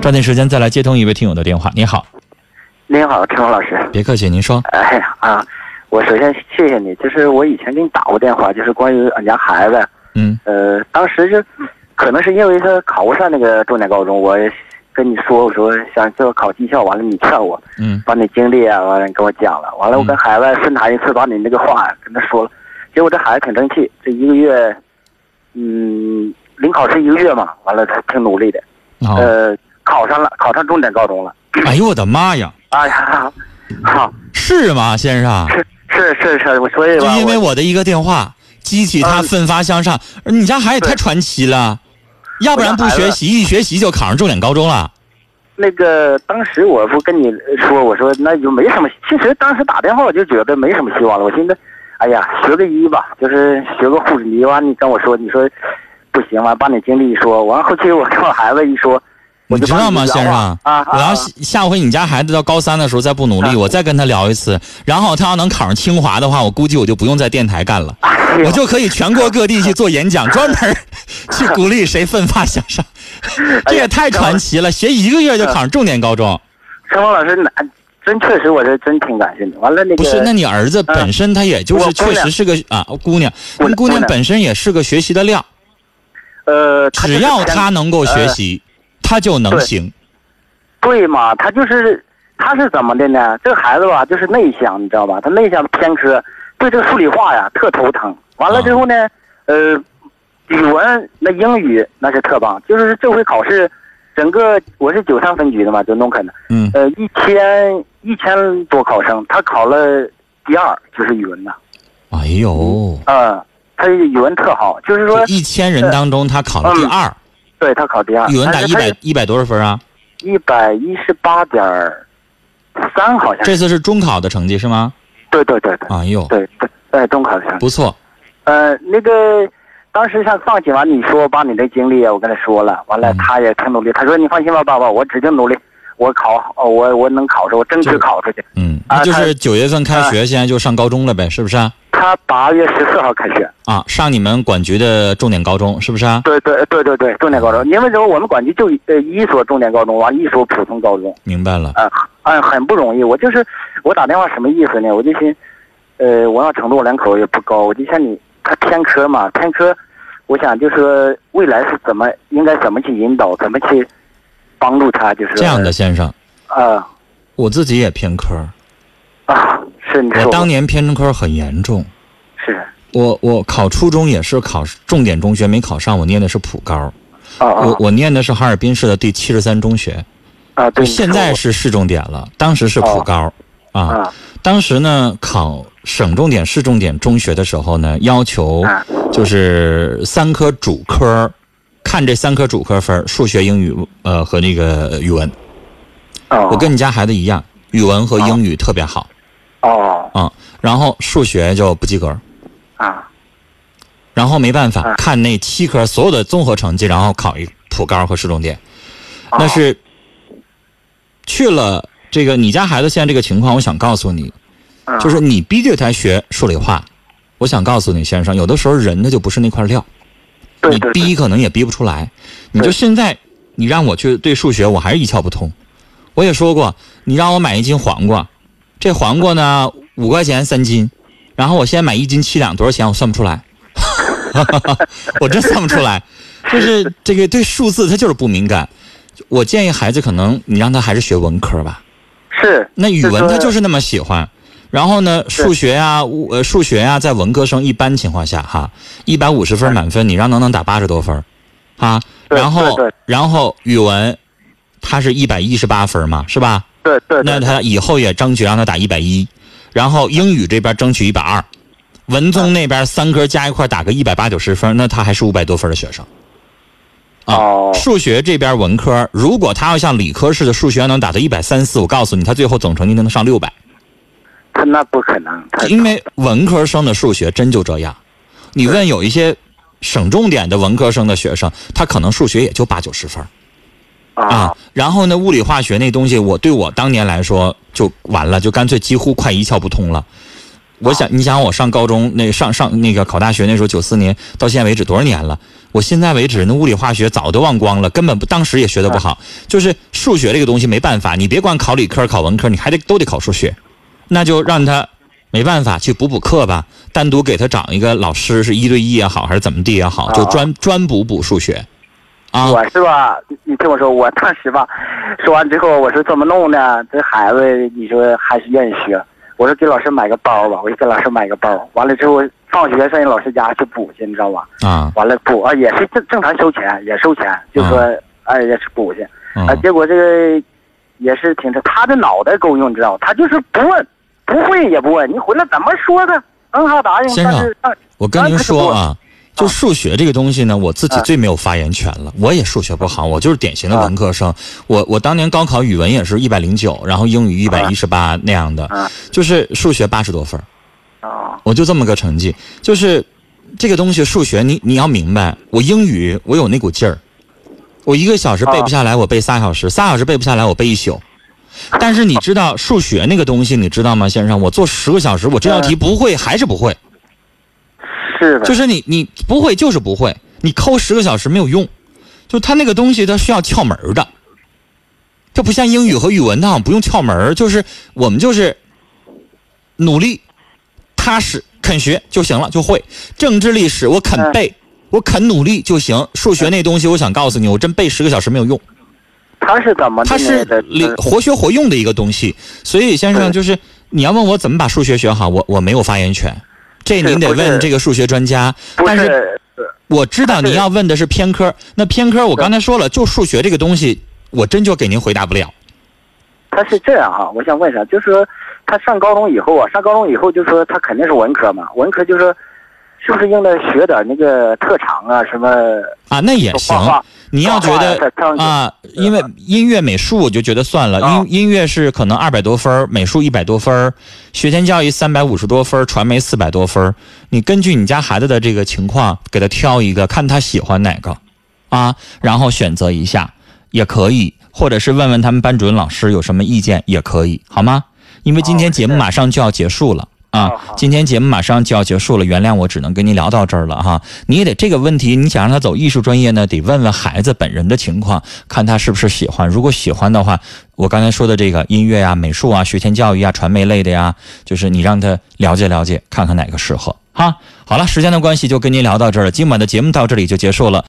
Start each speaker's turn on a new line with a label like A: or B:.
A: 抓紧时间再来接通一位听友的电话。你好，
B: 您好，陈峰老师。
A: 别客气，您说。
B: 哎呀啊，我首先谢谢你，就是我以前给你打过电话，就是关于俺家孩子，
A: 嗯
B: 呃，当时就可能是因为他考不上那个重点高中，我跟你说，我说想就考技校，完了你劝我，
A: 嗯
B: 把你经历啊，完了跟我讲了，完了我跟孩子深谈一次，把你那个话跟他说了，结果这孩子挺争气，这一个月，嗯，临考试一个月嘛，完了他挺努力的，
A: 好、
B: 呃，考上了，考上重点高中了，
A: 哎呦我的妈呀，
B: 哎呀，好、
A: 是吗，先生？
B: 是是是是，我所以
A: 就
B: 吧，
A: 因为
B: 我
A: 我的一个电话激起他
B: 嗯
A: 奋发向上，而你家孩子也太传奇了，要不然不学习，一学习就考上重点高中了。
B: 那个当时我不跟你说，我说那就没什么。其实当时打电话我就觉得没什么希望了，我寻思，哎呀，学个医吧，就是学个护士医。完你跟我说，你说不行，完把你经历一说，完后期我跟我孩子一说，
A: 你
B: 我就
A: 知
B: 帮
A: 道吗，
B: 圆
A: 先
B: 话
A: 生？
B: 啊
A: 我
B: 啊
A: 要下下回你家孩子到高三的时候再不努力，
B: 啊
A: 我再跟他聊一次。然后他要能考上清华的话，我估计我就不用在电台干了，
B: 啊！哎
A: 我
B: 呦
A: 就可以全国各地去做演 讲，专门儿去鼓励谁奋发向上。
B: 哎
A: 这也太传奇了，学一个月就考上重点高中。
B: 陈峰老师，那真确实我是真挺感谢你。完了那个
A: 不是，那你儿子本身他也就
B: 嗯我
A: 是
B: 姑
A: 确实
B: 娘
A: 是个啊姑娘，
B: 姑
A: 那
B: 娘
A: 姑娘
B: 姑娘
A: 本身也是个学习的料，
B: 呃，他就
A: 只
B: 是呃
A: 要
B: 偏
A: 她能够学习，她就能
B: 对
A: 行。
B: 对嘛，他就是他是怎么的呢？这个孩子吧，就是内向，你知道吧？他内向偏科，对这个数理化呀特头疼。完了之后呢，呃，语文那英语那是特棒，就是这回考试，整个我是九三分局的嘛，就农垦的，
A: 嗯，
B: 呃，一千一千多考生，他考了第二，就是语文呐，
A: 哎呦，
B: 嗯，他语文特好，就是说
A: 这，一千人当中他考了第二，
B: 对他考第二，
A: 语文打
B: 啊但
A: 一
B: 是他
A: 百一百多少分啊？
B: 一百一十八点三，好像是，
A: 这次是中考的成绩是吗？
B: 对对对对。
A: 哎呦，
B: 对对，在中考上。
A: 不错，
B: 呃，那个当时上放弃完，你说把你的经历啊我跟他说了，完了
A: 嗯
B: 他也挺努力，他说你放心吧，爸爸，我指定努力，我考，哦我我能考出，我争
A: 就
B: 取考出去。
A: 嗯，
B: 啊
A: 那就
B: 他
A: 是九月份开学，现在就上高中了呗，是不是啊？
B: 他八月十四号开学，
A: 啊，上你们管局的重点高中是不是啊？
B: 对对对对对，重点高中，因为什么？我们管局就呃一所重点高中，完一所普通高中，
A: 明白了，
B: 嗯、嗯，很不容易。我就是我打电话什么意思呢？我就寻，呃，文化程度我两口也不高，我就像你，他偏科嘛，偏科，我想就说未来是怎么应该怎么去引导，怎么去帮助他，就是
A: 这样的，先生，
B: 啊
A: 我自己也偏科，
B: 啊，是你说
A: 我当年偏科很严重。
B: 是
A: 我我考初中也是考重点中学，没考上。我念的是普高，
B: 啊啊
A: 我我念的是哈尔滨市的第七十三中学，
B: 啊，对，
A: 现在是市重点了，当时是普高，
B: 你说
A: 啊，
B: 啊
A: 当时呢考省重点、市重点中学的时候呢，要求
B: 啊
A: 就是三科主科，看这三科主科分儿，数学、英语呃和那个语文。
B: 哦，
A: 我跟你家孩子一样，语文和英语特别好
B: 哦
A: 啊，然后数学就不及格。
B: 啊
A: 然后没办法
B: 嗯
A: 看那七科所有的综合成绩，然后考一普高和市重点，
B: 哦
A: 那是去了这个你家孩子现在这个情况，我想告诉你，
B: 嗯
A: 就是你逼着他学数理化，我想告诉你先生，有的时候人他就不是那块料，
B: 对
A: 你
B: 对对
A: 逼可能也逼不出来，你就
B: 对
A: 现在你让我去对数学，我还是一窍不通。我也说过，你让我买一斤黄瓜，这黄瓜呢五块钱三斤，然后我现在买一斤七两，多少钱我算不出来， 我真算不出来，就是这个对数字他就是不敏感。我建议孩子可能你让他还是学文科吧，
B: 是
A: 那语文他就是是那么喜欢。然后呢，数学啊，物呃，数学啊，在文科生一般情况下哈，一百五十分满分，你让能能打八十多分儿，啊，
B: 对
A: 然后
B: 对对
A: 然后语文，他是一百一十八分嘛，是吧？
B: 对对
A: 那
B: 对
A: 他以后也争取让他打一百一，然后英语这边争取一百二，文
B: 嗯
A: 综那边三科加一块儿打个一百八九十分，那他还是五百多分的学生。啊
B: 哦
A: 数学这边文科，如果他要像理科似的数学能打到一百三四，我告诉你，他最后总成绩能上六百。
B: 他那不可能，他
A: 因为文科生的数学真就这样。你问有一些省重点的文科生的学生，他可能数学也就八九十分儿啊
B: 啊。
A: 然后呢，物理化学那东西，我对我当年来说就完了，就干脆几乎快一窍不通了。我
B: 啊
A: 想，你想我上高中那上上那个考大学那时候，九四年到现在为止多少年了？我现在为止那物理化学早都忘光了，根本不当时也学的不
B: 啊
A: 好。就是数学这个东西没办法，你别管考理科考文科，你还得都得考数学，那就让他没办法去补补课吧，单独给他找一个老师是一对一也好，还是怎么地也好，就
B: 啊
A: 专专补补数学，啊，
B: 我是吧？你你听我说，我当时吧，说完之后，我说怎么弄呢？这孩子，你说还是愿意学。我说给老师买个包吧，我就给老师买个包。完了之后，放学上人老师家去补去，你知道吧？
A: 啊，
B: 完了补啊，也是正正常收钱，也收钱，就说、哎也是补去啊。
A: 嗯
B: 结果这个也是挺他的脑袋够用，你知道，他就是不问，不会也不问，你回来怎么说他，嗯哈答应，
A: 先
B: 但
A: 生
B: 是但
A: 我跟您说啊，
B: 啊
A: 就数学这个东西呢，我自己
B: 啊
A: 最没有发言权了。我也数学不好，我就是典型的文科
B: 啊
A: 生。我我当年高考语文也是一百零九，然后英语一百一十八那样的，
B: 啊
A: 就是数学八十多分儿，
B: 啊
A: 我就这么个成绩。就是这个东西，数学你你要明白，我英语我有那股劲儿，我一个小
B: 啊
A: 时背不下来，我背仨小时，仨小时背不下来，我背一宿。但是你知道数学那个东西，你知道吗，先生？我做十个小时，我这道题
B: 嗯
A: 不会还是不会。
B: 是的，
A: 就是你你不会就是不会，你抠十个小时没有用，就他那个东西它需要窍门儿的，这不像英语和语文，它好像不用窍门儿就是我们就是努力、踏实、肯学就行了，就会。政治历史我肯
B: 嗯
A: 背，我肯努力就行。数学那东西，我想告诉你，我真背十个小时没有用。
B: 他是怎么的
A: 它是
B: 呢？这
A: 灵活学活用的一个东西。所以先生，
B: 嗯
A: 就是你要问我怎么把数学学好，我我没有发言权，这
B: 是
A: 您得
B: 不是
A: 问这个数学专家。
B: 不
A: 但是
B: 是
A: 我知道您要问的是偏科，那偏科我刚才说了，就数学这个东西，我真就给您回答不了。
B: 他是这样哈、我想问一下，就是说他上高中以后啊，上高中以后就说他肯定是文科嘛，文科就是说是不是应该学点那个特长啊，什么
A: 啊，那也行
B: 画。画？
A: 你要觉得
B: 画画
A: 啊，因为音乐、美术，我就觉得算了。
B: 啊
A: 音音乐是可能二百多分儿，美术一百多分儿，学前教育三百五十多分儿，传媒四百多分儿。你根据你家孩子的这个情况，给他挑一个，看他喜欢哪个，啊，然后选择一下也可以，或者是问问他们班主任老师有什么意见也可以，好吗？因为今天
B: 哦
A: 节目
B: 是
A: 马上就要结束了。啊
B: 哦好，
A: 今天节目马上就要结束了，原谅我只能跟您聊到这儿了哈。你也得这个问题，你想让他走艺术专业呢，得问问孩子本人的情况，看他是不是喜欢。如果喜欢的话，我刚才说的这个音乐啊、美术啊、学前教育啊、传媒类的呀，就是你让他了解了解，看看哪个适合哈。好了，时间的关系就跟您聊到这儿了，今晚的节目到这里就结束了。